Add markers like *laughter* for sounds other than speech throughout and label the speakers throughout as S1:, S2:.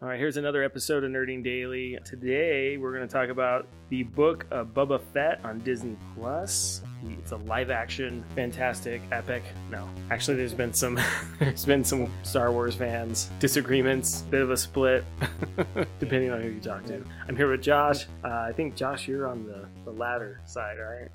S1: All right, here's another episode of Nerding Daily. Today we're going to talk about the book of Bubba Fett on Disney Plus. It's a live action, fantastic, epic. No, actually, there's been some *laughs* there's been some Star Wars fans disagreements, bit of a split, *laughs* depending on who you talk to. I'm here with Josh. Uh, I think Josh, you're on the the latter side, right?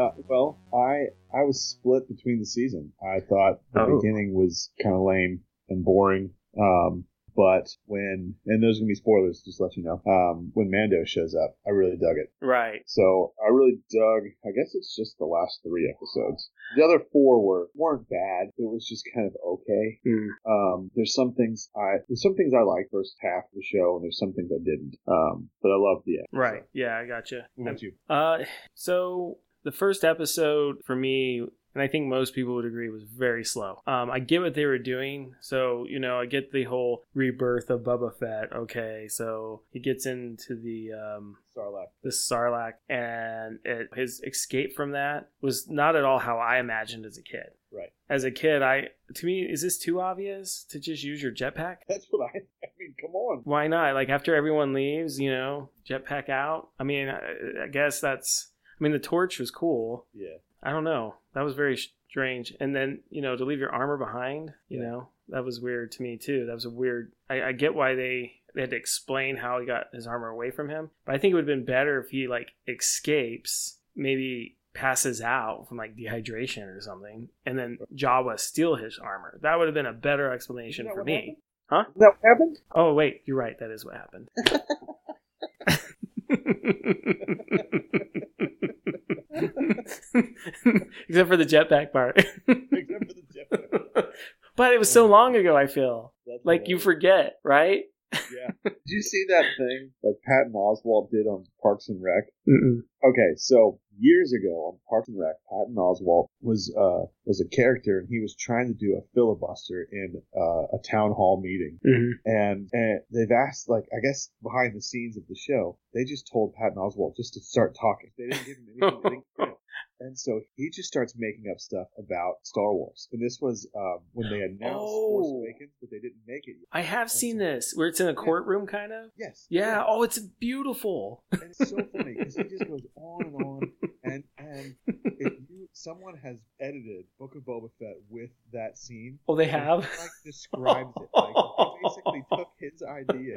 S2: Uh, well, I I was split between the season. I thought the
S1: Oh.
S2: beginning was kind of lame and boring. Um, but when and there's gonna be spoilers, just to let you know. Um, when Mando shows up, I really dug it.
S1: Right.
S2: So I really dug. I guess it's just the last three episodes. The other four were weren't bad. It was just kind of okay.
S1: Mm.
S2: Um, there's some things I there's some things I liked first half of the show, and there's some things I didn't. Um, but I loved the end.
S1: Right. Yeah, I gotcha.
S2: So, what about you?
S1: Uh, so the first episode for me, and I think most people would agree, was very slow. Um, I get what they were doing, so you know, I get the whole rebirth of Bubba Fett. Okay, so he gets into the um,
S2: Sarlacc.
S1: the Sarlacc, and it, his escape from that was not at all how I imagined as a kid.
S2: Right.
S1: As a kid, I to me, is this too obvious to just use your jetpack?
S2: *laughs* That's what I. I mean, come on.
S1: why not? Like after everyone leaves, you know, jetpack out. I mean, I, I guess that's. I mean, the torch was cool.
S2: Yeah.
S1: I don't know. That was very strange. And then you know to leave your armor behind. You
S2: Yeah.
S1: know that was weird to me too. That was a weird. I, I get why they they had to explain how he got his armor away from him, but I think it would have been better if he like escapes, maybe passes out from like dehydration or something, and then Jawa steal his armor. That would have been a better explanation
S2: Isn't
S1: for
S2: that what
S1: me.
S2: happened?
S1: Huh?
S2: Isn't that what happened?
S1: Oh wait, you're right. That is what happened. *laughs* Except for the jetpack part.
S2: *laughs*
S1: *laughs*
S2: Except for the jetpack.
S1: but it was so long ago, I feel.
S2: That's
S1: Like you
S2: hilarious.
S1: forget, right?
S2: Yeah. Did you see that thing that Patton Oswald did on Parks and Rec?
S1: Mm-mm.
S2: Okay, so years ago on Parks and Rec, Patton Oswalt was uh was a character, and he was trying to do a filibuster in uh, a town hall meeting. And, and they've asked, like, I guess behind the scenes of the show, they just told Patton Oswalt just to start talking. They didn't give him anything.
S1: *laughs*
S2: they didn't give him. And so he just starts making up stuff about Star Wars. And this was um,
S1: *gasps*
S2: when they announced Force
S1: Oh.
S2: Awakens, but they didn't make it yet.
S1: I have seen this where it's in a courtroom, kind of.
S2: Yes.
S1: Yeah. Oh, it's beautiful.
S2: And it's so funny because he just goes on and on. And and
S1: *laughs*
S2: if you someone has edited Book of Boba Fett with that scene,
S1: Oh, they
S2: and
S1: have. *laughs*
S2: he, like describes it. Like he basically took his idea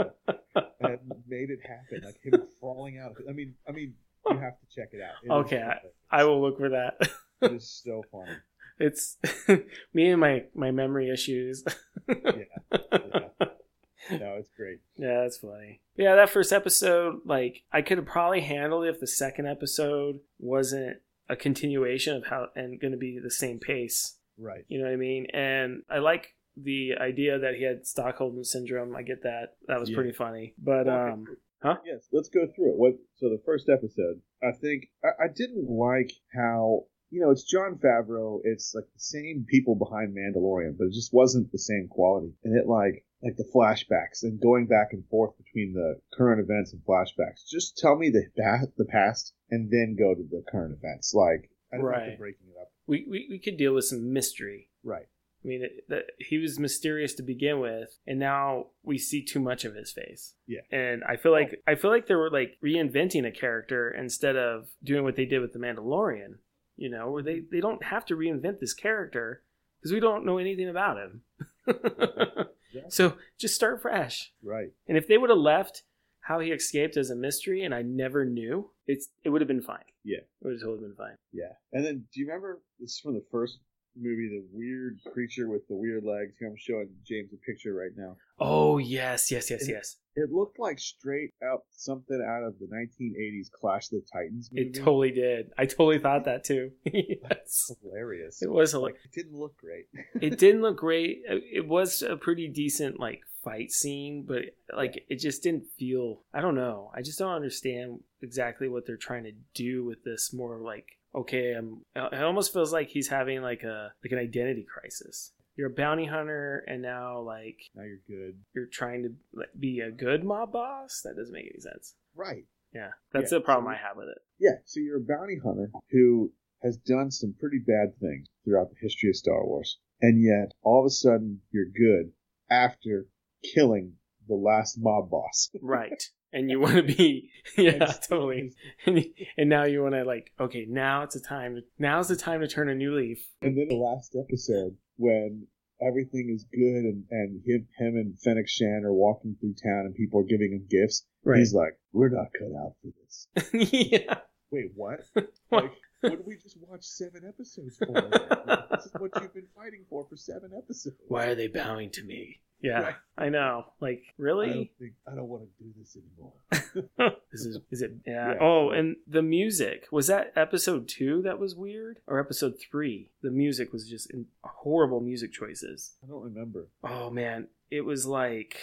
S2: and made it happen. Like him crawling out. Of it. I mean, I mean, you have to check it out. It is
S1: Okay,
S2: perfect.
S1: I will look for that. *laughs*
S2: It is so funny.
S1: It's *laughs* me and my my memory issues. *laughs*
S2: Yeah. No, it's great.
S1: Yeah, that's funny. Yeah, that first episode, like, I could have probably handled it if the second episode wasn't a continuation of how and going to be the same pace.
S2: Right.
S1: You know what I mean? And I like the idea that he had Stockholm syndrome. I get that. That was
S2: Yeah.
S1: pretty funny. But um,
S2: Yes, let's go through it. What? So the first episode, I think I, I didn't like how you know it's John Favreau. It's like the same people behind Mandalorian, but it just wasn't the same quality. And it like like the flashbacks and going back and forth between the current events and flashbacks. Just tell me the past, the past, and then go to the current events. Like I don't like
S1: Right.
S2: the breaking it up.
S1: we, we we could deal with some mystery.
S2: Right.
S1: I mean, it, that he was mysterious to begin with, and now we see too much of his face.
S2: Yeah.
S1: and I feel like I feel like they were like reinventing a character instead of doing what they did with the Mandalorian. You know, where they they don't have to reinvent this character because we don't know anything about
S2: *laughs*
S1: him. so just start fresh.
S2: Right.
S1: And if they would have left how he escaped as a mystery, and I never knew, it's it would have been fine.
S2: Yeah.
S1: it would have totally been fine.
S2: Yeah. And then do you remember this is from the first movie, the weird creature with the weird legs? Here I'm showing James a picture right now.
S1: Oh yes, yes, yes,
S2: And-
S1: yes.
S2: It looked like straight up something out of the 1980s Clash of the Titans movie.
S1: It totally did. I totally thought that too. *laughs* yes.
S2: hilarious.
S1: It was a
S2: like it didn't look great.
S1: it didn't look great. Uh, It was a pretty decent like fight scene, but like it just didn't feel. I don't know. I just don't understand exactly what they're trying to do with this. More like okay, I'm. uh, It almost feels like he's having like a like an identity crisis. You're a bounty hunter, and now like
S2: now you're good.
S1: you're trying to like, be a good mob boss. That doesn't make any sense.
S2: Right.
S1: Yeah, that's
S2: Yeah.
S1: the problem I have with it.
S2: Yeah. So you're a bounty hunter who has done some pretty bad things throughout the history of Star Wars, and yet all of a sudden you're good after killing the last mob boss.
S1: right. And you want to be, *laughs* yeah,
S2: *laughs* It's-
S1: totally. And, you- and now you want to like, okay, now it's a time. To, now's the time to turn a new leaf.
S2: And then the last episode when everything is good and, and him, him and Fennec Shan are walking through town and people are giving him gifts, he's like, we're not cut out for this.
S1: *laughs* yeah.
S2: Wait, what?
S1: *laughs* What?
S2: Like, what did we just watch seven
S1: *laughs*
S2: episodes for? Like, this is what you've been fighting for for seven episodes.
S1: Why are they bowing to me? Yeah,
S2: Right.
S1: I know. Like,
S2: I
S1: *laughs*
S2: don't
S1: really?
S2: think I don't want to do this anymore.
S1: this is is it? Yeah.
S2: Yeah.
S1: Oh, and the music was that episode two that was weird, or episode three? The music was just in horrible music choices.
S2: I don't remember.
S1: oh man it was like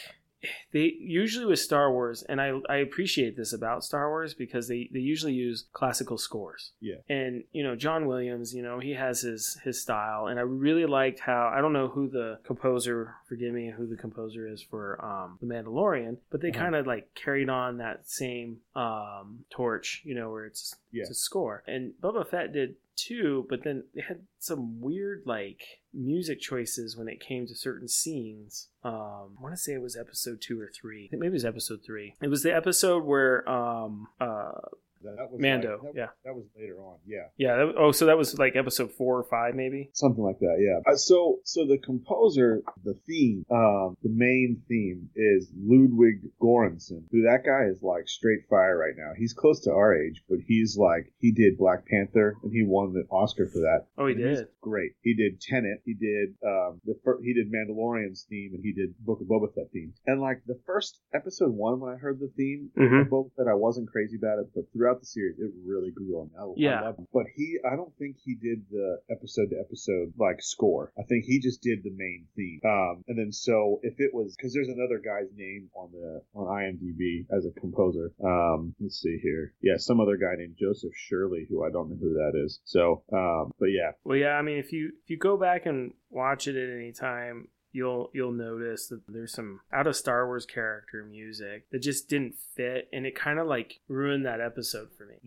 S1: they usually with star wars and i i appreciate this about star wars because they they usually use classical scores
S2: Yeah.
S1: and you know john williams you know he has his his style and i really liked how i don't know who the composer forgive me who the composer is for um the mandalorian but they
S2: Uh-huh.
S1: kind of like carried on that same um torch you know where it's
S2: Yeah.
S1: to score. And Boba Fett did too, but then they had some weird like music choices when it came to certain scenes. Um, I want to say it was episode two or three. I think Maybe it was episode three. It was the episode where um uh
S2: That, that was
S1: Mando.
S2: like- Oh, that,
S1: yeah,
S2: that was later on. Yeah.
S1: yeah. That, oh, so that was like episode four or five, maybe.
S2: something like that yeah Uh, so so the composer the theme um the main theme is ludwig göransson who that guy is like straight fire right now he's close to our age but he's like he did black panther and he won the oscar for that
S1: Oh, he
S2: The music's
S1: did.
S2: great he did tenet he did um the fir- he did mandalorian's theme and he did book of boba fett theme and like the first episode one when i heard the theme
S1: Mm-hmm.
S2: both that I wasn't crazy about it, but throughout the series, it really grew on me. I,
S1: Yeah.
S2: I love him. But he, I don't think he did the episode to episode like score. I think he just did the main theme. Um, and then so if it was because there's another guy's name on the on IMDb as a composer. Um, let's see here. Yeah, some other guy named Joseph Shirley, who I don't know who that is. So, um, but yeah,
S1: Well, yeah. I mean, if you if you go back and watch it at any time. You'll, you'll notice that there's some out of Star Wars character music that just didn't fit, and it kind of like ruined that episode for me.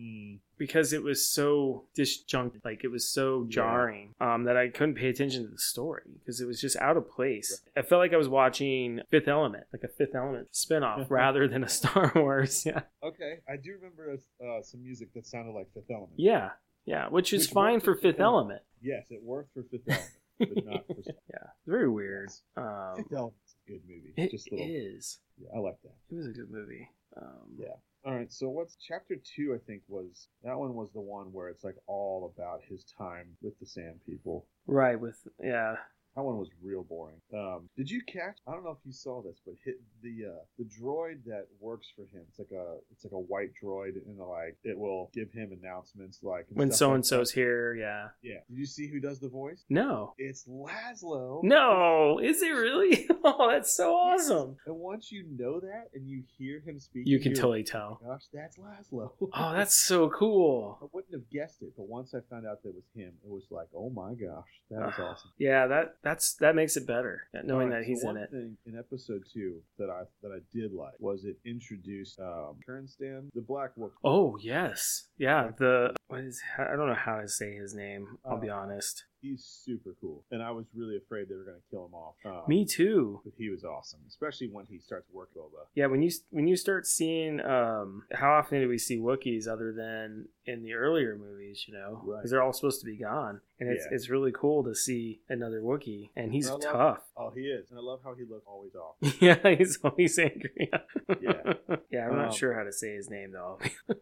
S1: because it was so disjunct like it was so
S2: Yeah.
S1: jarring um that i couldn't pay attention to the story because it was just out of place i felt like i was watching fifth element like a fifth element
S2: Uh-huh.
S1: spin-off rather than a *laughs* star wars yeah
S2: okay, I do remember uh, some music that sounded like Fifth Element.
S1: yeah yeah which is
S2: Which
S1: fine
S2: worked
S1: for
S2: for
S1: fifth
S2: Fifth Element.
S1: element
S2: Yes, it worked for Fifth Element, but not for.
S1: yeah *laughs* it's very weird um
S2: Fifth Element's a good movie.
S1: it
S2: Just a little,
S1: is
S2: yeah, I like that.
S1: it was a good movie um
S2: Yeah. All right, so what's chapter two? I think was that one was the one where it's like all about his time with the Sand People.
S1: right with yeah
S2: That one was real boring. Um, did you catch? I don't know if you saw this, but hit the uh, the droid that works for him. It's like a it's like a white droid, and like it will give him announcements like and
S1: when
S2: stuff
S1: so
S2: like
S1: and so's
S2: that.
S1: here yeah
S2: Yeah. Did you see who does the voice?
S1: no
S2: It's Laszlo.
S1: no is it really *laughs* oh that's so awesome
S2: And once you know that and you hear him speak,
S1: you can
S2: you're
S1: totally tell
S2: Gosh, that's Laszlo. *laughs*
S1: Oh, that's so cool.
S2: I wouldn't have guessed it, but once I found out that it was him, it was like, oh my gosh, that was awesome.
S1: Yeah, that that's that makes it better that Ah, knowing
S2: Alright,
S1: that
S2: so
S1: he's in
S2: one
S1: it.
S2: Thing in episode two that I that I did like was it introduced um, Kernstan, the Black Wolf.
S1: Oh yes, yeah. The what is I don't know how to say his name. I'll be
S2: Uh,
S1: honest.
S2: He's super cool, and I was really afraid they were going to kill him off. Um,
S1: Me too.
S2: But he was awesome, especially when he starts working with Boba.
S1: Yeah, when you when you start seeing um, how often do we see Wookiees other than in the earlier movies? You know,
S2: Right.
S1: they're all supposed to be gone, and it's
S2: Yeah.
S1: it's really cool to see another Wookiee, and he's
S2: I love-
S1: tough. *laughs*
S2: Oh, he is, and I love how he looked always off.
S1: Yeah, he's always angry.
S2: Yeah.
S1: *laughs* yeah. I'm
S2: Um,
S1: not sure how to say his name though. *laughs*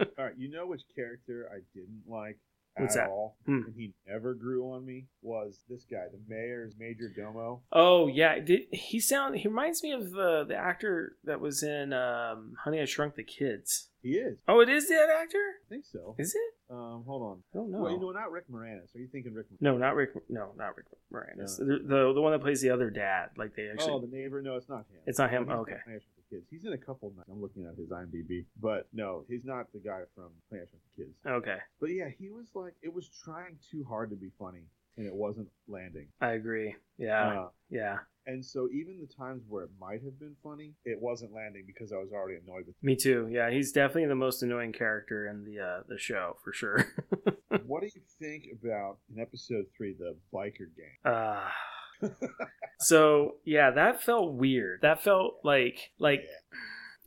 S2: All right, you know which character I didn't like
S1: What's
S2: at
S1: that?
S2: all,
S1: Hmm.
S2: and he never grew on me was this guy, the mayor's major domo.
S1: Oh yeah, did he sound? He reminds me of uh, the actor that was in um, Honey I Shrunk the Kids.
S2: He is.
S1: Oh, it is that actor?
S2: I think so.
S1: Is Oh. it?
S2: Um, hold on.
S1: I don't know.
S2: Well, you know, not Rick Moranis. Are you thinking Rick? Moranis?
S1: no, not Rick. No, not Rick Moranis.
S2: No.
S1: The, the the one that plays the other dad. Like they actually.
S2: oh, the neighbor. No, it's not him.
S1: It's not him?
S2: No, he's
S1: Okay.
S2: not Planet Shrink the Kids. He's in a couple. Of, I'm looking at his IMDb, but no, he's not the guy from Planet Shrink the Kids.
S1: okay,
S2: But yeah, he was like, it was trying too hard to be funny, and it wasn't landing.
S1: I agree. Yeah,
S2: Uh,
S1: yeah.
S2: and so even the times where it might have been funny, it wasn't landing because I was already annoyed with.
S1: Me too. Yeah, he's definitely the most annoying character in the uh, the show for sure. *laughs*
S2: *laughs* what do you think about in episode three, the biker gang?
S1: uh, so yeah, that felt weird. That felt like like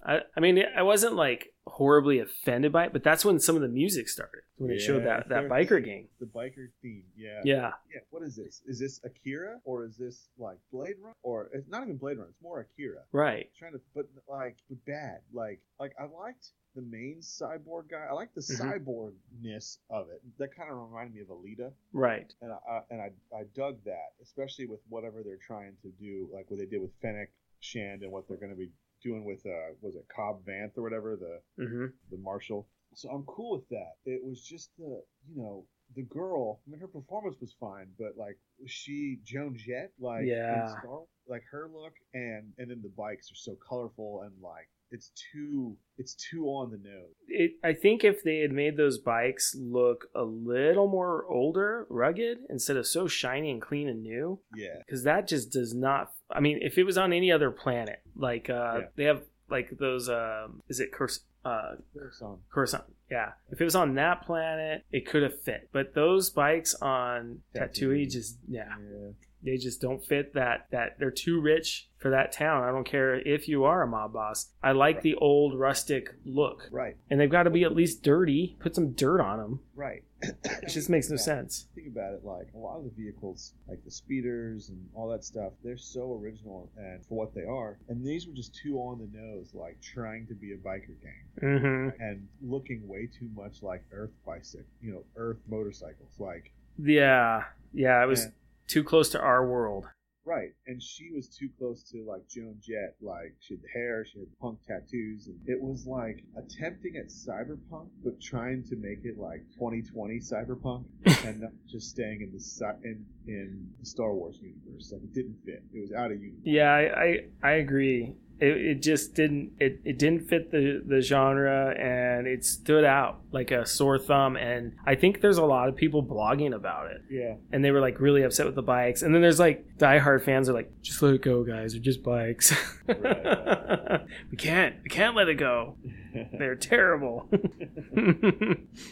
S1: I, I mean I wasn't like horribly offended by it, but that's when some of the music started when it showed
S2: Yeah.
S1: that that biker gang.
S2: the biker theme. Yeah.
S1: Yeah,
S2: Yeah, What is this? Is this Akira or is this like Blade Run? Or it's not even Blade Run. It's more Akira.
S1: right.
S2: trying to but like but bad like like i liked the main cyborg guy i liked the
S1: Mhm.
S2: cyborgness of it that kind of reminded me of alita
S1: Right.
S2: and I, I and i i dug that especially with whatever they're trying to do like what they did with fennec shand and what they're going to be doing with uh was it cobb vanth or whatever the
S1: hmm
S2: the marshal so i'm cool with that it was just the you know the girl i mean her performance was fine but like she joan jett like in
S1: Yeah.
S2: Star, like her look and and then the bikes are so colorful and like it's too it's too on the nose
S1: It, I think if they had made those bikes look a little more older, rugged, instead of so shiny and clean and new,
S2: yeah
S1: because that just does not i mean if it was on any other planet like uh
S2: Yeah.
S1: they have like those um is it Cors- uh
S2: there's some
S1: Coruscant, yeah. If it was on that planet, it could have fit. But those bikes on Tatooine
S2: Tatooine.
S1: just, yeah,
S2: yeah
S1: they just don't fit. That that they're too rich for that town. I don't care if you are a mob boss. I like
S2: Right.
S1: the old rustic look,
S2: right
S1: and they've got to be at least dirty. Put some dirt on them.
S2: right
S1: It just makes no
S2: Yeah.
S1: sense.
S2: think about it like a lot of the vehicles like the speeders and all that stuff they're so original and for what they are and these were just too on the nose like trying to be a biker gang
S1: hmm
S2: and looking way too much like Earth bicycle, you know, Earth motorcycles. Like,
S1: Yeah, yeah. It was
S2: and-
S1: too close to our world.
S2: right. And she was too close to like Joan Jett. Like, she had the hair, she had punk tattoos, and it was like attempting at cyberpunk, but trying to make it like 2020 cyberpunk, and not just staying in the sci- in in the Star Wars universe. Like, it didn't fit. It was out of universe.
S1: Yeah, I I, I agree. It, it just didn't it, it didn't fit the the genre and it stood out like a sore thumb and I think there's a lot of people blogging about it
S2: Yeah,
S1: and they were like really upset with the bikes and then there's like diehard fans are like just let it go guys they're just bikes *laughs*
S2: Right.
S1: we can't we can't let it go they're terrible *laughs*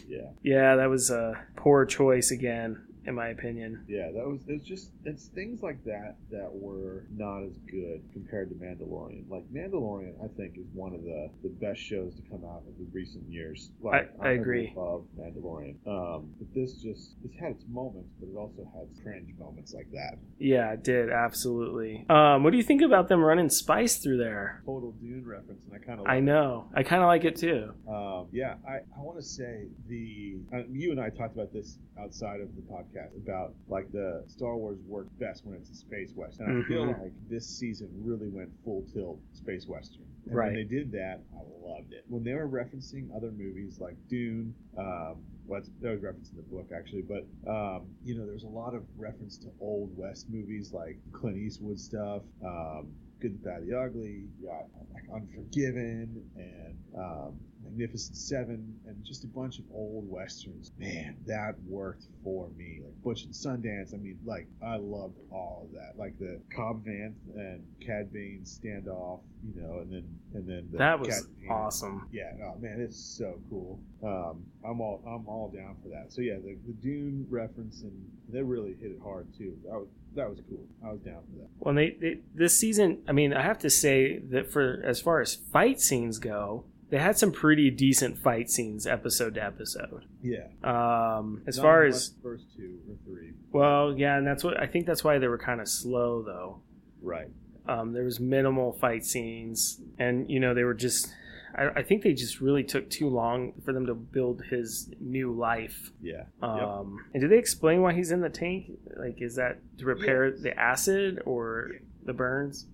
S2: yeah,
S1: yeah that was a poor choice again in my opinion
S2: yeah. That was it's just it's things like that that were not as good compared to Mandalorian. Like Mandalorian, I think is one of the the best shows to come out of the recent years. Like
S1: I
S2: really
S1: agree.
S2: Love Mandalorian. Um, but this just it's had its moments, but it also had cringe moments like that.
S1: yeah it did absolutely um what do you think about them running spice through there
S2: Total Dune reference, and I kind of
S1: I know. I kind of like it too.
S2: Um, yeah, I, I want to say the uh, you and I talked about this outside of the podcast about like the Star Wars works best when it's a space western. And I feel
S1: Mhm.
S2: like this season really went full tilt space western. And
S1: Right.
S2: When they did that, I loved it. When they were referencing other movies like Dune, um, well, that's- that was referenced in the book actually, but um, you know, there's a lot of reference to old west movies like Clint Eastwood stuff. Um, Good, the Bad, the Ugly, yeah, like Unforgiven and um, Magnificent Seven, and just a bunch of old westerns. Man, that worked for me. Like Butch and Sundance. I mean, like I loved all of that. Like the Cobb Vanth and Cad Bane standoff, you know, and then and then the
S1: That was
S2: Cad Bane-
S1: awesome.
S2: Yeah, oh man, it's so cool. Um, I'm all I'm all down for that. So yeah, the, the Dune reference and they really hit it hard too. That was that was cool. I was down for that.
S1: When they, they this season, I mean, I have to say that for as far as fight scenes go, they had some pretty decent fight scenes episode to episode.
S2: Yeah.
S1: Um, as
S2: Not
S1: far
S2: much
S1: as
S2: first two or three,
S1: well, yeah, and that's what I think that's why they were kind of slow though.
S2: right?
S1: Um, there was minimal fight scenes, and you know they were just. I, I think they just really took too long for them to build his new life.
S2: Yeah,
S1: Um, And did they explain why he's in the tank? Like, is that to repair
S2: Yes.
S1: the acid or
S2: Yeah.
S1: the burns?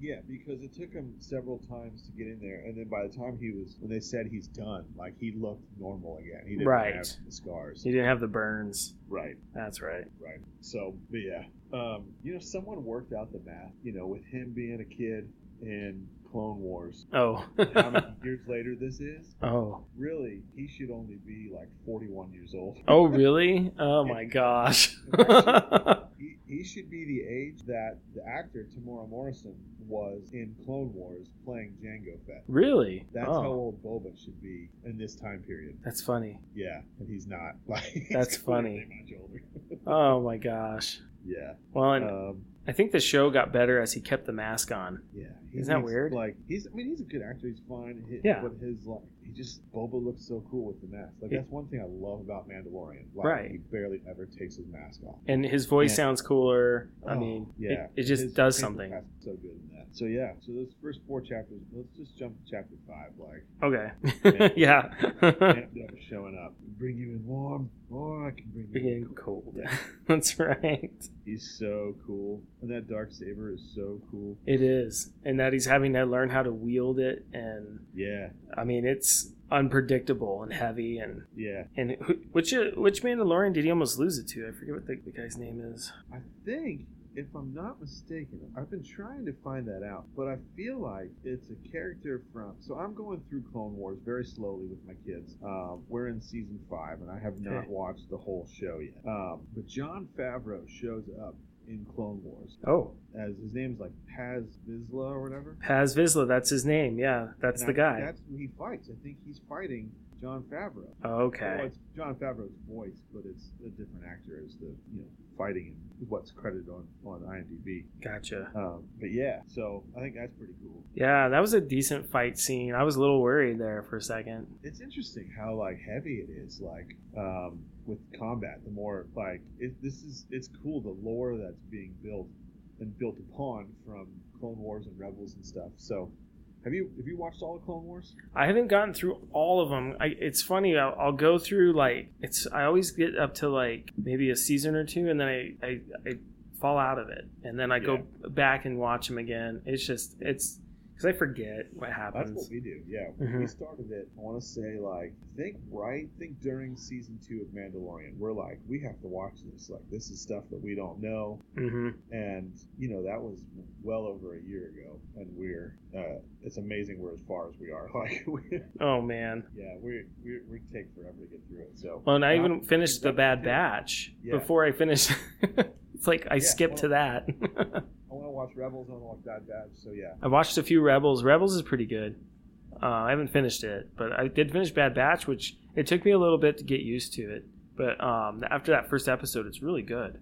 S2: yeah, because it took him several times to get in there, and then by the time he was, when they said he's done, like he looked normal again. He didn't
S1: Right.
S2: have the scars.
S1: He didn't have the burns.
S2: Right,
S1: That's right.
S2: right. So, but yeah, um, you know, someone worked out the math. You know, with him being a kid in Clone Wars,
S1: Oh.
S2: how many years later this is?
S1: *laughs* oh.
S2: Really, he should only be like 41 years old.
S1: Oh, really? Oh my gosh. *laughs*
S2: He, he should be the age that the actor Tamora Morrison was in Clone Wars playing Django Fett.
S1: really?
S2: That's
S1: oh.
S2: how old Boba should be in this time period.
S1: That's funny.
S2: Yeah, and he's not. *laughs* Like, he's
S1: That's funny.
S2: clearly Much older.
S1: Oh my gosh.
S2: Yeah.
S1: Well, and
S2: Um,
S1: I think the show got better as he kept the mask on.
S2: Yeah,
S1: Isn't that
S2: he's,
S1: weird?
S2: Like he's, I mean, he's a good actor. He's fine. He,
S1: Yeah.
S2: But his like, he just Boba looks so cool with the mask. Like
S1: Yeah.
S2: that's one thing I love about Mandalorian. Like,
S1: Right.
S2: He barely ever takes his mask off.
S1: And his voice
S2: Yeah.
S1: sounds cooler. I
S2: Oh,
S1: mean,
S2: yeah,
S1: it, it just
S2: His-
S1: does
S2: his
S1: something.
S2: cast is So good in that. So yeah. So those first four chapters. Let's just jump to chapter five.
S1: *laughs*
S2: Like
S1: Okay.
S2: Yeah.
S1: *laughs* yeah.
S2: Mando showing up, bring you in warm, or I can bring you
S1: *laughs*
S2: in
S1: Being cold. *laughs* That's right.
S2: He's so cool, and that dark saber is so cool.
S1: It is. And that he's having to learn how to wield it. And
S2: Yeah,
S1: I mean, it's unpredictable and heavy. And,
S2: yeah.
S1: and who, which, uh, which Mandalorian did he almost lose it to? I forget what the, the guy's name is.
S2: I think, if I'm not mistaken, I've been trying to find that out, but I feel like it's a character from. So I'm going through Clone Wars very slowly with my kids. Um, we're in season five, and I have not
S1: Okay.
S2: watched the whole show yet. Um, but John Favreau shows up in Clone Wars
S1: Oh.
S2: as his name's like Paz Vizsla or whatever.
S1: Paz Vizsla. That's his name. Yeah. That's
S2: And
S1: the
S2: I think
S1: guy.
S2: That's who he fights. I think he's fighting John Favreau. Well,
S1: Oh, Okay.
S2: it's John Favreau's voice, but it's a different actor as the you know fighting him. is What's credited on on IMDb.
S1: Gotcha.
S2: Um, but yeah, so I think that's pretty cool.
S1: Yeah, that was a decent fight scene. I was a little worried there for a second.
S2: It's interesting how like heavy it is, like um, with combat. The more like it, this is, it's cool the lore that's being built and built upon from Clone Wars and Rebels and stuff. So. Have you have you watched all the Clone Wars?
S1: I haven't gotten through all of them. I, it's funny. I'll, I'll go through like it's. I always get up to like maybe a season or two, and then I I, I fall out of it, and then I go back and watch them again. It's just it's because I forget what
S2: That's what
S1: happens.
S2: we do. Yeah, we
S1: Mhm.
S2: started it. I want to say like I think right I think during season two of Mandalorian, we're like we have to watch this. Like this is stuff that we don't know,
S1: hmm
S2: and you know that was well over a year ago, and we're uh, it's amazing we're as far as we are. *laughs* Like we,
S1: Oh man.
S2: yeah, we we we take forever to get through it. So
S1: Well, and I
S2: Yeah.
S1: even finished the Bad
S2: Yeah.
S1: Batch
S2: Yeah.
S1: before I finished. *laughs* it's like I
S2: Yeah,
S1: skipped to that. *laughs*
S2: I want to watch Rebels. I want to watch Bad Batch. So yeah,
S1: I watched a few Rebels. Rebels is pretty good. Uh, I haven't finished it, but I did finish Bad Batch, which it took me a little bit to get used to it. But um, after that first episode, it's really good.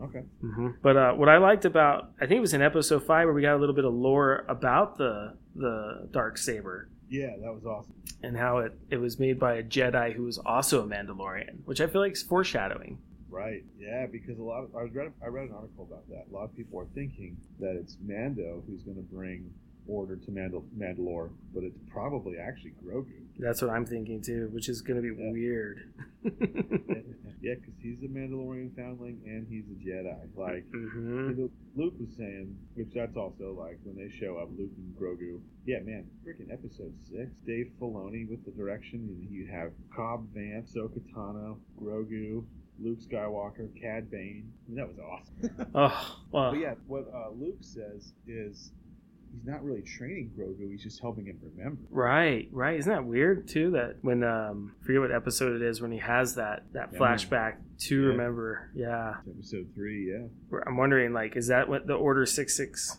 S2: okay,
S1: hmm But uh, what I liked about, I think it was in episode five where we got a little bit of lore about the the dark saber
S2: yeah, that was awesome.
S1: and how it it was made by a Jedi who was also a Mandalorian, which I feel like is foreshadowing.
S2: Right. Yeah, because a lot of I read I read an article about that. A lot of people are thinking that it's Mando who's going to bring order to Mandal- Mandalore, but it's probably actually Grogu.
S1: That's what I'm thinking too, which is going to be
S2: Yeah. *laughs*
S1: weird.
S2: yeah, because he's a Mandalorian foundling and he's a Jedi. Like
S1: hmm
S2: Luke was saying, which that's also like when they show up, Luke and Grogu. Yeah, man, freaking episode six. Dave Filoni with the direction. and You have Cobb Vanth, Sokatano, Grogu, Luke Skywalker, Cad Bane. I mean, that was awesome.
S1: Oh, well,
S2: But yeah, what uh, Luke says is he's not really training Grogu; he's just helping him remember.
S1: Right, right. Isn't that weird too? That when um, I forget what episode it is when he has that that
S2: Yeah.
S1: flashback to
S2: Yeah.
S1: remember. Yeah,
S2: It's episode three, yeah,
S1: Where I'm wondering like, is that what the Order Six Six?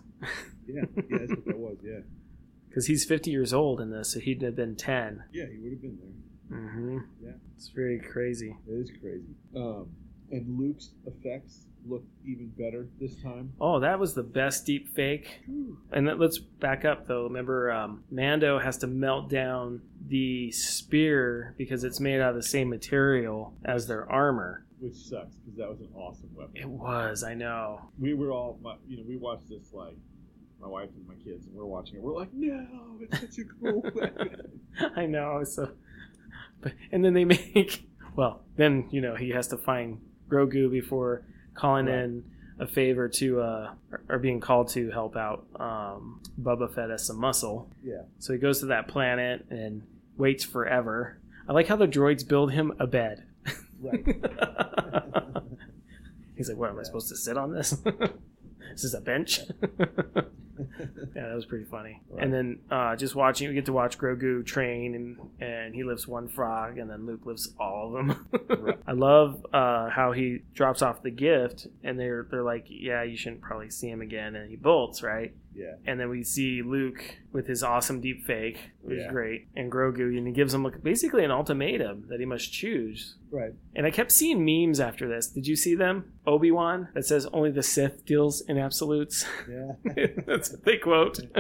S2: yeah, yeah, that's what that was. Yeah,
S1: Because he's 50 years old in this, so he'd have been 10.
S2: yeah, he would have been there.
S1: Mm-hmm.
S2: Yeah.
S1: it's very crazy.
S2: It is crazy. Um, and Luke's effects look even better this time.
S1: Oh, that was the best deep fake. And that, let's back up though. Remember, um, Mando has to melt down the spear because it's made out of the same material as their armor.
S2: Which sucks because that was an awesome weapon.
S1: It was, I know. *laughs*
S2: We were all, my, you know, we watched this like my wife and my kids, and we're watching it. We're like, no, it's such a cool *laughs* weapon.
S1: I know. So, *laughs* but and then they *laughs* make well. Then you know he has to find Grogu before calling
S2: Right.
S1: in a favor to uh or- or being called to help out um Bubba Fett as some muscle.
S2: yeah,
S1: So he goes to that planet and waits forever. I like how the droids build him a bed.
S2: right. *laughs*
S1: *laughs* He's like, "What am I
S2: Yeah.
S1: supposed to sit on this? *laughs* this is a bench." *laughs* Yeah, that was pretty funny.
S2: Right.
S1: And then uh, just watching, we get to watch Grogu train, and and he lifts one frog, and then Luke lifts all of them.
S2: Right.
S1: *laughs* I love uh, how he drops off the gift, and they're they're like, yeah, you shouldn't probably see him again, and he bolts right.
S2: yeah,
S1: And then we see Luke with his awesome deep fake, which
S2: Yeah.
S1: is great, and Grogu, and he gives him like, basically an ultimatum that he must choose.
S2: Right.
S1: And I kept seeing memes after this. Did you see them? Obi Wan that says only the Sith deals in absolutes. *laughs*
S2: Yeah.
S1: That's what they quote. *laughs*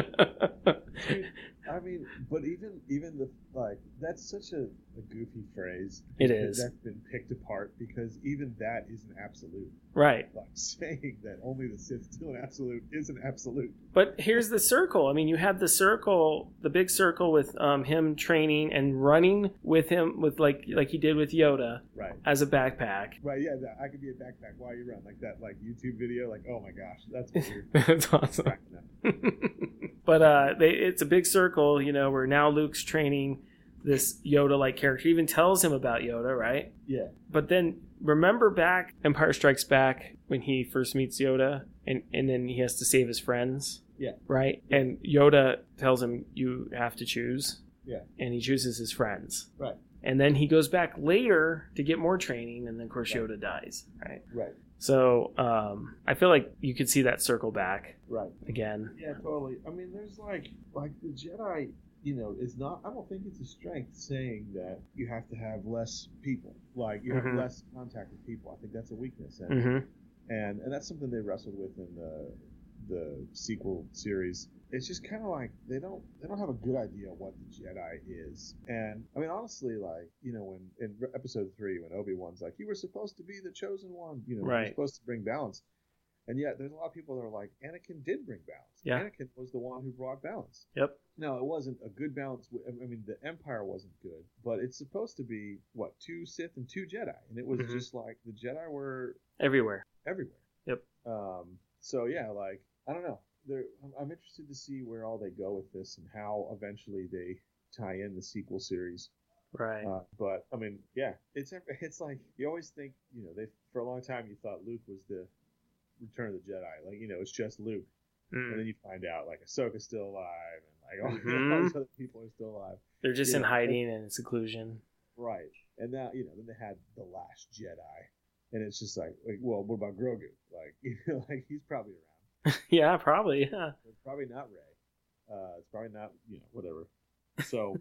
S2: I mean, but even even the like that's such a, a goofy phrase.
S1: It is.
S2: That's been picked apart because even that is an absolute.
S1: right.
S2: Like *laughs* saying that only the Sith still an absolute is an absolute.
S1: But here's the circle. I mean, you have the circle, the big circle with um, him training and running with him with like like he did with Yoda
S2: Right.
S1: as a backpack. *laughs*
S2: Right. Yeah. That, I could be a backpack while you run like that like YouTube video. Like oh my gosh, that's weird.
S1: That's awesome.
S2: Cracking up.
S1: *laughs* but uh, they, it's a big circle, you know, where now Luke's training this Yoda like character. He even tells him about Yoda, right?
S2: Yeah.
S1: But then remember back Empire Strikes Back when he first meets Yoda and, and then he has to save his friends.
S2: Yeah.
S1: Right? And Yoda tells him, You have to choose.
S2: Yeah.
S1: And he chooses his friends.
S2: Right.
S1: And then he goes back later to get more training, and then of course
S2: Right.
S1: Yoda dies. Right.
S2: Right.
S1: So um, I feel like you could see that circle back
S2: Right.
S1: again.
S2: Yeah, totally. I mean, there's like like the Jedi, you know, is not. I don't think it's a strength saying that you have to have less people, like you have
S1: Mhm.
S2: less contact with people. I think that's a weakness, and
S1: hmm
S2: and, and that's something they wrestled with in the the sequel series. It's just kind of like they don't they don't have a good idea what the Jedi is. And I mean, honestly, like you know, when in Episode Three, when Obi Wan's like, "You were supposed to be the chosen one," you know,
S1: Right.
S2: you're supposed to bring balance. And yet, there's a lot of people that are like, Anakin did bring balance.
S1: Yeah.
S2: Anakin was the one who brought balance.
S1: Yep.
S2: No, it wasn't a good balance. with- I mean, the Empire wasn't good, but it's supposed to be what two Sith and two Jedi, and it was
S1: Mhm.
S2: just like the Jedi were
S1: Everywhere.
S2: everywhere.
S1: Yep.
S2: Um, so yeah, like I don't know. There, I'm, I'm interested to see where all they go with this and how eventually they tie in the sequel series.
S1: Right.
S2: Uh, but I mean, yeah, it's ev- it's like you always think, you know, they for a long time you thought Luke was the Return of the Jedi, like you know, it's just Luke,
S1: Mm.
S2: and then you find out like Ahsoka's still alive, and like all, *laughs* all
S1: Mm-hmm.
S2: these other people are still alive,
S1: They're just in
S2: yeah.
S1: hiding and seclusion. *laughs*
S2: right? And now you know, then they had the Last Jedi, and it's just like, like well, what about Grogu? Like, *laughs* you know, like he's probably around.
S1: yeah, probably. Yeah.
S2: It's probably not Ray. Uh, it's probably not you know whatever.
S1: *laughs*
S2: So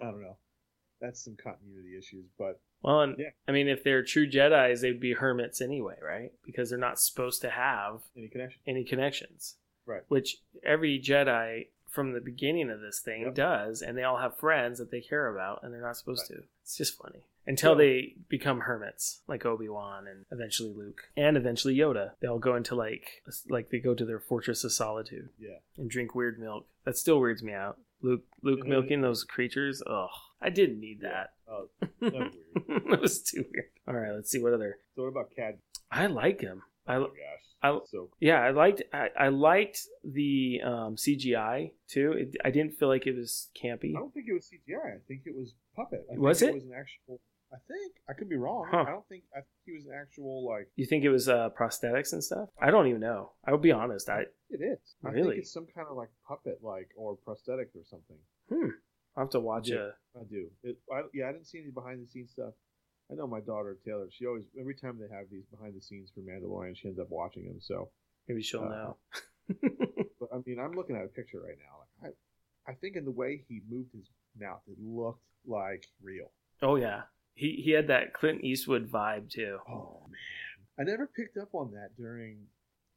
S2: I don't know. That's some continuity issues, but
S1: Well, and
S2: Yeah.
S1: I mean, if they're true Jedi's, they'd be hermits anyway, right? Because they're not supposed to have
S2: any connection?
S1: any connections.
S2: Right.
S1: Which every Jedi from the beginning of this thing
S2: Yep.
S1: does, and they all have friends that they care about, and they're not supposed to. It's just funny. Until
S2: Yeah.
S1: they become hermits, like Obi Wan, and eventually Luke, and eventually Yoda. They all go into like, like they go to their fortress of solitude. *laughs*
S2: Yeah.
S1: and drink weird milk. That still weirds me out. Luke Luke
S2: Mhm.
S1: milking those creatures. Ugh, I didn't need that. *laughs*
S2: Oh, that was weird.
S1: that was too weird. All right, let's see what other.
S2: So what about Cad?
S1: I like him. I
S2: Oh gosh.
S1: I-
S2: so
S1: yeah, I liked I, I liked the um, CGI too. It, I didn't feel like it was campy.
S2: I don't think it was CGI. I think it was puppet. I think
S1: Was it?
S2: was an actual. I think I could be wrong.
S1: Huh.
S2: I don't think I think he was an actual like.
S1: You think it was uh, prosthetics and stuff? I don't even know. I'll be honest. I
S2: It is. I
S1: Really?
S2: think it's some kind of like puppet like or prosthetic or something.
S1: I'll have to watch
S2: Yeah.
S1: a
S2: I do. It, I, yeah, I didn't see any behind the scenes stuff. I know my daughter Taylor. She always every time they have these behind the scenes for Mandalorian, she ends up watching them. So,
S1: maybe she'll
S2: Uh,
S1: know. *laughs*
S2: but I mean, I'm looking at a picture right now. Like, I, I think in the way he moved his mouth, it looked like real.
S1: oh yeah, he he had that Clint Eastwood vibe too.
S2: Oh man, I never picked up on that during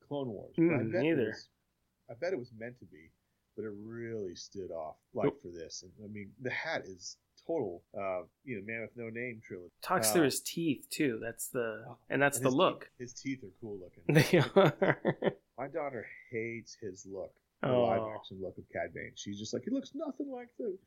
S2: Clone Wars.
S1: Mm,
S2: I bet
S1: neither.
S2: It was, I bet it was meant to be, but it really stood off like for this. And I mean, the hat is total. Uh, you know, Man with No Name trilogy.
S1: Talks
S2: Uh,
S1: through his teeth too. That's the
S2: Oh,
S1: and that's
S2: And
S1: the
S2: his
S1: look.
S2: teeth- his teeth are cool looking.
S1: *laughs* They are.
S2: My daughter hates his look, the live
S1: Oh,
S2: action look of Cad Bane. She's just like, he looks nothing like the,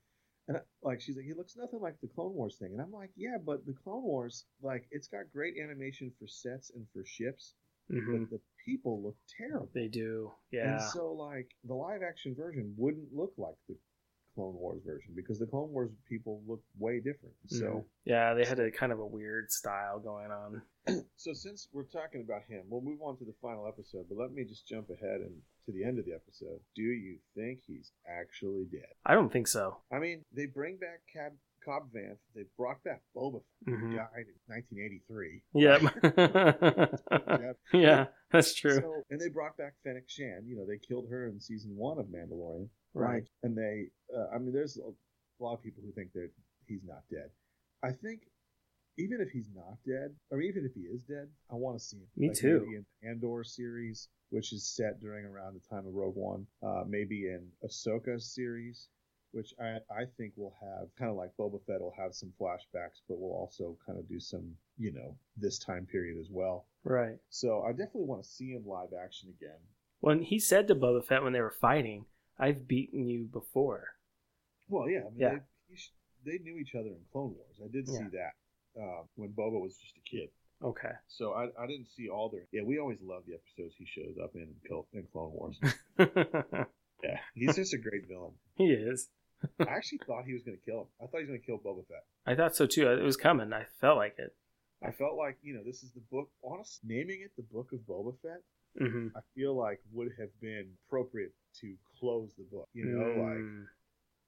S2: and I, like she's like, he looks nothing like the Clone Wars thing. And I'm like, yeah, but the Clone Wars, like, it's got great animation for sets and for ships,
S1: mhm.
S2: but the people look terrible.
S1: they do. Yeah.
S2: And so, like, the live action version wouldn't look like the Clone Wars version because the Clone Wars people look way different. So.
S1: Mhm. yeah, they had a kind of a weird style going on.
S2: So since we're talking about him, we'll move on to the final episode, but let me just jump ahead and to the end of the episode. Do you think he's actually dead?
S1: I don't think so.
S2: I mean, they bring back Cad Cobb Vanth, they brought back Boba Fett, who
S1: Mhm.
S2: died in 1983.
S1: Yep.
S2: Yeah.
S1: *laughs* yeah, that's true.
S2: So, and they brought back Fennec Shan. You know, they killed her in season one of Mandalorian.
S1: Right.
S2: Like, And they, uh, I mean, there's a lot of people who think that he's not dead. I think even if he's not dead, or even if he is dead, I want to see him.
S1: Me too.
S2: Maybe in the Andor series, which is set during around the time of Rogue One. Uh, maybe in Ahsoka series, which I, I think will have kind of like Boba Fett will have some flashbacks, but will also kind of do some, you know, this time period as well.
S1: Right.
S2: So I definitely want to see him live action again.
S1: When he said to Boba Fett when they were fighting, "I've beaten you before."
S2: Well, yeah, I mean,
S1: Yeah.
S2: They, he sh- they knew each other in Clone Wars. I did see
S1: Yeah.
S2: that um, when Boba was just a kid.
S1: Okay.
S2: So I, I didn't see all their. Yeah, we always love the episodes he shows up in Cl- in Clone
S1: *laughs*
S2: Wars. yeah, he's just a great villain.
S1: *laughs* he is.
S2: I actually thought he was going to kill him. I thought he was going to kill Boba Fett.
S1: I thought so too. It was coming. I felt like it.
S2: I felt like you know this is the book. Honest, naming it the Book of Boba Fett,
S1: hmm
S2: I feel like would have been appropriate to close the book. You
S1: Mm.
S2: know, like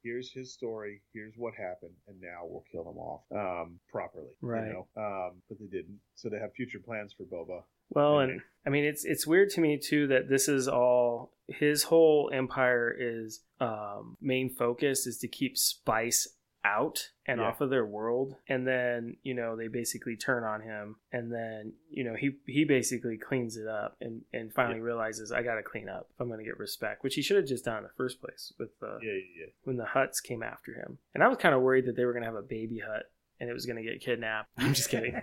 S2: here's his story, here's what happened, and now we'll kill them off um, properly.
S1: Right.
S2: You know? um, but they didn't. So they have future plans for Boba.
S1: Well,
S2: Mhm.
S1: and I mean, it's it's weird to me too that this is all his whole empire is um, main focus is to keep spice out and
S2: Yeah.
S1: off of their world, and then you know they basically turn on him, and then you know he he basically cleans it up and and finally realizes I got to clean up if I'm going to get respect, which he should have just done in the first place with the
S2: Yeah, yeah,
S1: when the huts came after him, and I was kind of worried that they were going to have a baby hut. And it was going to get kidnapped. *laughs* I'm just kidding.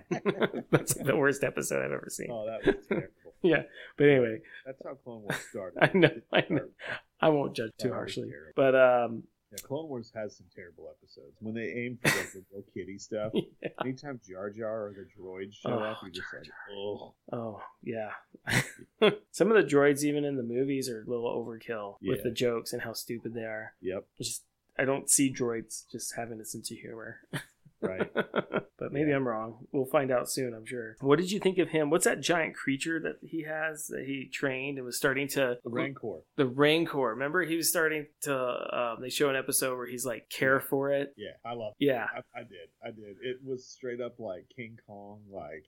S1: That's the worst episode I've ever seen.
S2: yeah. Oh, that was
S1: *laughs*
S2: terrible.
S1: But anyway,
S2: That's how Clone Wars started.
S1: I know, I
S2: It started-
S1: I won't judge too
S2: That was
S1: harshly.
S2: terrible.
S1: But um,
S2: Yeah, Clone Wars has some terrible episodes. When they aim for like, the little kitty stuff,
S1: *laughs* yeah.
S2: anytime Jar Jar or the droids show
S1: Oh,
S2: up, you're just
S1: Jar
S2: like, oh.
S1: oh yeah, *laughs* some of the droids even in the movies are a little overkill with
S2: Yeah.
S1: the jokes and how stupid they are.
S2: Yep,
S1: Just I don't see droids just having a sense of humor. *laughs*
S2: right.
S1: but maybe
S2: Yeah.
S1: I'm wrong. We'll find out soon, I'm sure. What did you think of him? What's that giant creature that he has that he trained and was starting to
S2: The Rancor.
S1: the Rancor? Remember he was starting to. Um, they show an episode where he's like care for it.
S2: Yeah, I love
S1: Yeah,
S2: I, I did. I did. It was straight up like King Kong,
S1: *laughs*
S2: like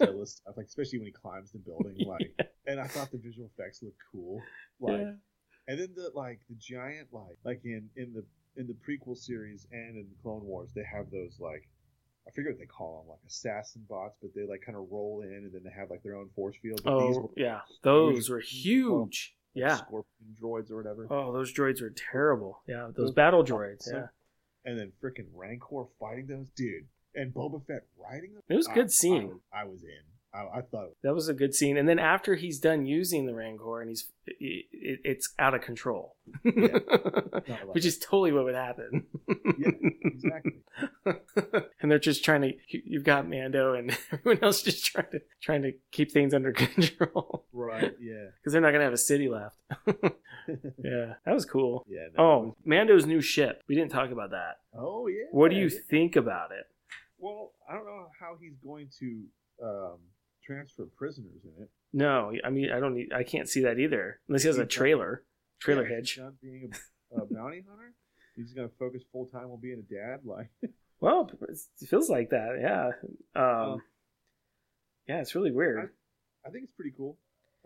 S2: jealous stuff, like especially when he climbs the building, like. And I thought the visual effects looked cool, like.
S1: yeah.
S2: And then the like the giant like like in in the in the prequel series and in Clone Wars, they have those like. I forget what they call them, like assassin bots, but they like kind of roll in and then they have like their own force field. But these were,
S1: Oh
S2: like,
S1: yeah, those were huge. Yeah,
S2: scorpion droids or whatever.
S1: Oh, those droids were terrible. Yeah, those
S2: Those-
S1: battle droids.
S2: so-
S1: Yeah,
S2: And then freaking Rancor fighting those, dude. And Boba Fett riding them.
S1: it was a
S2: I-
S1: good scene.
S2: I, I was in. I, I thought
S1: That was a good scene. And then after he's done using the Rancor and he's, it, it, it's out of control,
S2: Yeah. No, I love
S1: *laughs* which
S2: it.
S1: is totally what would happen. *laughs*
S2: yeah, exactly.
S1: and they're just trying to. you- You've got Mando and *laughs* everyone else just trying to trying to keep things under *laughs* control
S2: Right. Yeah.
S1: because they're not gonna have a city
S2: *laughs*
S1: left. yeah, that was cool.
S2: Yeah. no.
S1: Oh, Mando's new ship. We didn't talk about that.
S2: Oh yeah.
S1: What do you
S2: yeah.
S1: think about it?
S2: Well, I don't know how he's going to um, transfer prisoners in it.
S1: No, I mean I don't. Need, I can't see that either. Unless he has a trailer, trailer
S2: Yeah,
S1: hitch.
S2: he's Not being a, a bounty hunter. He's going to focus full time on being a dad. Like,
S1: Well, it feels like that. Yeah. Um, yeah, it's really weird.
S2: I think it's pretty cool.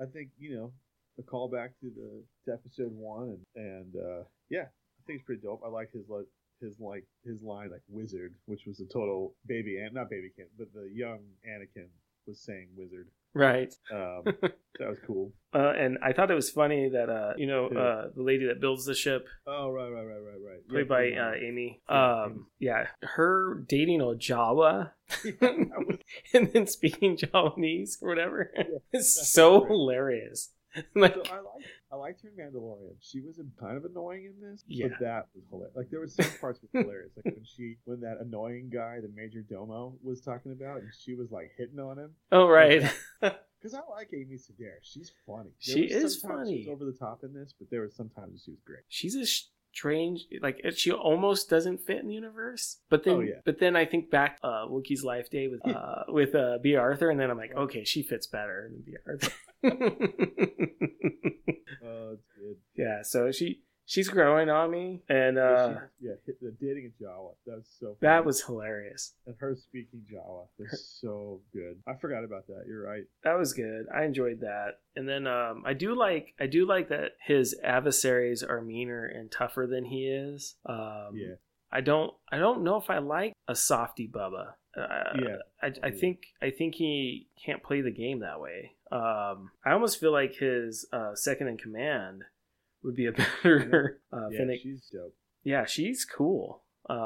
S2: I think you know a callback to the to episode one, and and uh, yeah, I think it's pretty dope. I like his like his like his line like wizard, which was a total baby and not baby Anakin, but the young Anakin was saying wizard.
S1: Right. *laughs*
S2: Um, that was cool.
S1: Uh, and I thought it was funny that uh, you know
S2: Yeah.
S1: uh, the lady that builds the ship,
S2: Oh right, right, right, right, right.
S1: played
S2: Yeah,
S1: by
S2: yeah.
S1: uh, Amy.
S2: Yeah,
S1: Um, yeah, her dating a Jawa uh,
S2: *laughs* That was-
S1: *laughs* and then speaking Javanese or whatever
S2: Yeah,
S1: *laughs* is
S2: that's
S1: so
S2: right.
S1: hilarious. *laughs* Like,
S2: so I liked I liked her in Mandalorian. She was kind of annoying in this,
S1: Yeah.
S2: but that was hilarious. Like there was some parts were hilarious. Like when she when that annoying guy, the major domo, was talking about, and she was like hitting on him.
S1: oh right,
S2: Because I like Amy Sedaris. She's funny.
S1: She
S2: was
S1: is
S2: sometimes She
S1: funny.
S2: was over the top in this, but there was sometimes she was great.
S1: she's a strange like it- she almost doesn't fit in the universe but then
S2: Oh, yeah.
S1: but then i think back uh wookiee's life day with uh with uh b arthur and then i'm like okay she fits better than b arthur
S2: *laughs*
S1: *laughs*
S2: Uh, it's good.
S1: yeah so she She's growing on me, and
S2: Yeah,
S1: uh,
S2: she- yeah, hit the dating in Jawa. That was so.
S1: that
S2: funny.
S1: was hilarious.
S2: and her speaking Jawa. They're so good. I forgot about that. You're right.
S1: That was good. I enjoyed that. And then um, I do like I do like that his adversaries are meaner and tougher than he is. Um,
S2: Yeah.
S1: I don't I don't know if I like a softy Bubba. Uh,
S2: Yeah.
S1: I, I think I think he can't play the game that way. Um, I almost feel like his uh, second in command would be a *laughs* better uh,
S2: yeah,
S1: Finnick.
S2: she's dope.
S1: yeah, she's cool. Um,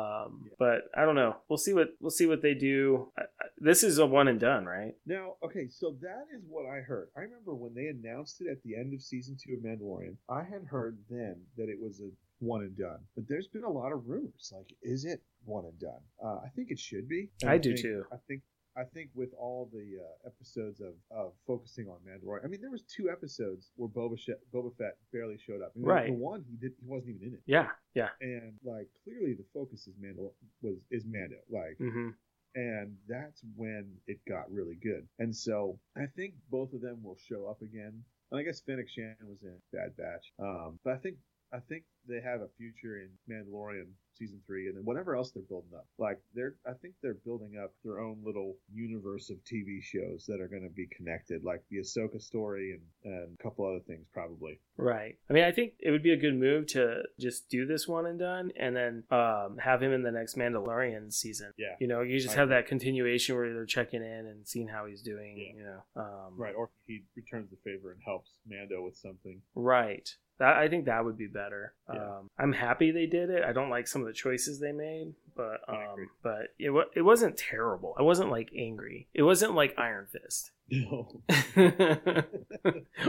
S2: Yeah.
S1: but I don't know. We'll see what we'll see what they do. I, I, this is a one and done, right?
S2: Now, okay, so that is what I heard. I remember when they announced it at the end of season two of Mandalorian. I had heard then that it was a one and done, but there's been a lot of rumors. Like, is it one and done? Uh, I think it should be. And
S1: I do
S2: think-
S1: too.
S2: I think. I think with all the uh, episodes of, of focusing on Mandalorian, I mean, there was two episodes where Boba, Sh- Boba Fett barely showed up. I mean,
S1: Right.
S2: The one he did, he wasn't even in it.
S1: Yeah, yeah.
S2: and like clearly the focus is Mando was is Mando like
S1: hmm
S2: and that's when it got really good and so I think both of them will show up again and I guess Fennec Shan was in Bad Batch um but I think I think they have a future in Mandalorian season three and then whatever else they're building up like they're I think they're building up their own little universe of TV shows that are going to be connected like the Ahsoka story and and a couple other things probably
S1: Right. I mean, I think it would be a good move to just do this one and done, and then um, have him in the next Mandalorian season.
S2: yeah
S1: You know, you just
S2: I
S1: have that continuation where they're checking in and seeing how he's doing.
S2: Yeah.
S1: You know, um,
S2: right or he returns the favor and helps Mando with something *laughs*
S1: Right. That I think that would be better.
S2: Yeah.
S1: Um, I'm happy they did it. I don't like some of the choices they made, but
S2: I
S1: um,
S2: agree.
S1: but it wa- it wasn't terrible. I wasn't like angry. It wasn't like Iron
S2: *laughs*
S1: Fist *laughs*
S2: No.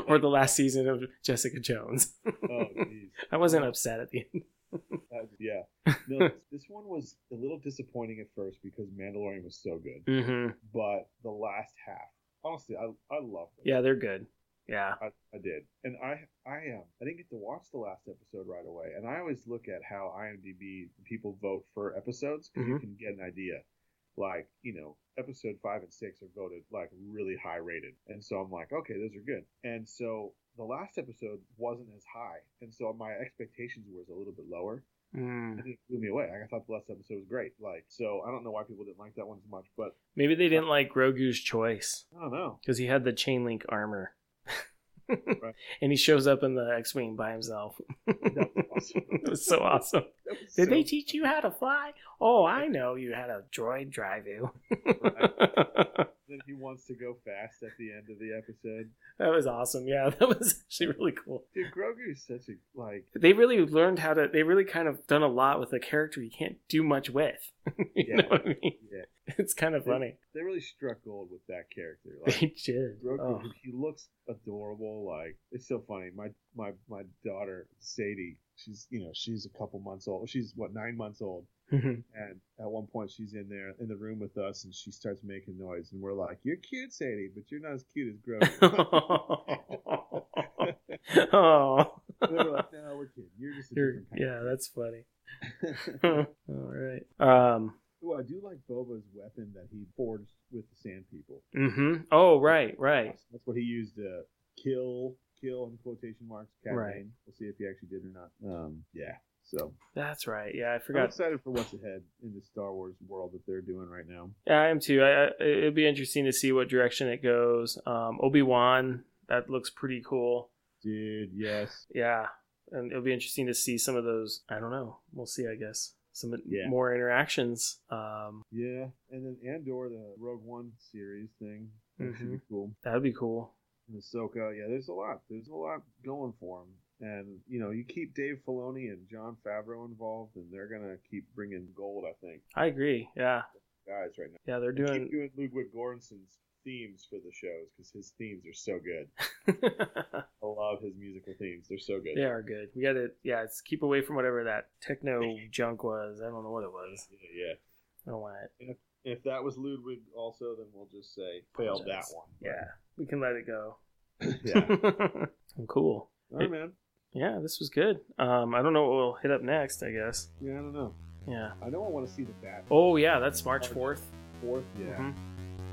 S1: or the last season of Jessica Jones.
S2: Oh, jeez.
S1: I wasn't upset at the end.
S2: That- Uh, Yeah. No, this, this one was a little disappointing at first because Mandalorian was so good,
S1: Mm-hmm.
S2: but the last half, honestly, I I loved it.
S1: Yeah, they're good. Yeah.
S2: I, I did, and I I um, I didn't get to watch the last episode right away, and I always look at how IMDb people vote for episodes because you
S1: Mhm.
S2: can get an idea. Like you know, episode five and six are voted like really high rated, and so I'm like, okay, those are good. And so the last episode wasn't as high, and so my expectations was a little bit lower.
S1: Mm.
S2: It just blew me away. Like, I thought the last episode was great. Like so, I don't know why people didn't like that one as much, but
S1: Maybe they didn't like Grogu's choice
S2: I don't know.
S1: because he had the chain link armor.
S2: Right.
S1: *laughs* And he shows up in the X-wing by himself.
S2: That was awesome.
S1: *laughs* it was so awesome.
S2: That was
S1: Did
S2: so
S1: they teach you how to fly? Oh, I know you had a droid drive
S2: *laughs*
S1: you.
S2: Then he wants to go fast at the end of the episode.
S1: *laughs* that was awesome. Yeah, *laughs* that was actually really cool.
S2: Dude, Grogu is such a like.
S1: They really learned how to. They really kind of done a lot with a character you can't do much with. *laughs* you
S2: Yeah.
S1: know what I mean? *laughs*
S2: Yeah.
S1: It's kind of funny.
S2: *laughs* They really struck gold with that character.
S1: *laughs* They
S2: Like
S1: did.
S2: Grogu,
S1: Oh.
S2: he looks adorable. Like it's so funny. My my my daughter Sadie, she's you know she's a couple months old. She's what nine months old. And at one point, she's in there in the room with us, and she starts making noise, and we're like, "You're cute, Sadie, but you're not as cute as
S1: *laughs*
S2: Grogu."
S1: *laughs* oh.
S2: And we're like, "No, we're kidding. You're just a
S1: You're-
S2: different kind."
S1: yeah, that's
S2: *laughs*
S1: funny. *laughs*
S2: Yeah.
S1: All right. Um.
S2: Ooh, I do like Boba's weapon that he forged with the Sand People.
S1: hmm Oh, right, right.
S2: That's what he used to kill, kill in quotation marks. Cat
S1: Right.
S2: Bane. We'll see if he actually did or not. Um, yeah. So
S1: That's right. Yeah, I
S2: I'm
S1: forgot.
S2: excited for what's ahead in the Star Wars world that they're doing right now.
S1: Yeah, I am too. I, I it'll be interesting to see what direction it goes. Um, Obi Wan, that looks pretty cool.
S2: Dude, yes.
S1: Yeah, and it'll be interesting to see some of those. I don't know. We'll see. I guess some
S2: Yeah.
S1: more interactions. Um,
S2: Yeah. And then Andor, the Rogue One series thing. That should
S1: Mm-hmm.
S2: be cool.
S1: that'd be cool.
S2: And Ahsoka. Yeah, there's a lot. There's a lot going for him. And, you know, you keep Dave Filoni and John Favreau involved, and they're going to keep bringing gold, I think,
S1: I agree. Yeah,
S2: guys right now.
S1: yeah, they're
S2: keep
S1: doing.
S2: doing Ludwig Göransson's themes for the shows because his themes are so good. I love his musical themes; they're so
S1: *laughs*
S2: good.
S1: they are good. We gotta. Yeah, it's keep away from whatever that techno
S2: *laughs*
S1: junk was. I don't know what it was.
S2: yeah. yeah.
S1: I don't want it.
S2: If that was Ludwig, also, then we'll just say failed that
S1: Apologize.
S2: one.
S1: Yeah, we can let it go.
S2: *laughs*
S1: *laughs*
S2: yeah.
S1: cool.
S2: All right, man.
S1: Yeah, this was good. Um, I don't know what we'll hit up next. I guess.
S2: Yeah, I don't know.
S1: Yeah.
S2: I know I want to see the bat
S1: Oh yeah, that's March fourth.
S2: fourth. Yeah.
S1: Mhm.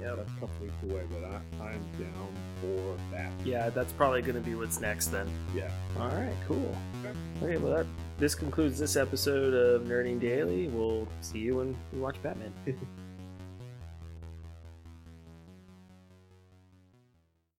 S1: Yep.
S2: That's completely away, but I, I'm down for that.
S1: Yeah, that's probably going to be what's next then.
S2: Yeah.
S1: All right, cool. Okay, well, that, this concludes this episode of Nerding Daily. We'll see you when we watch Batman.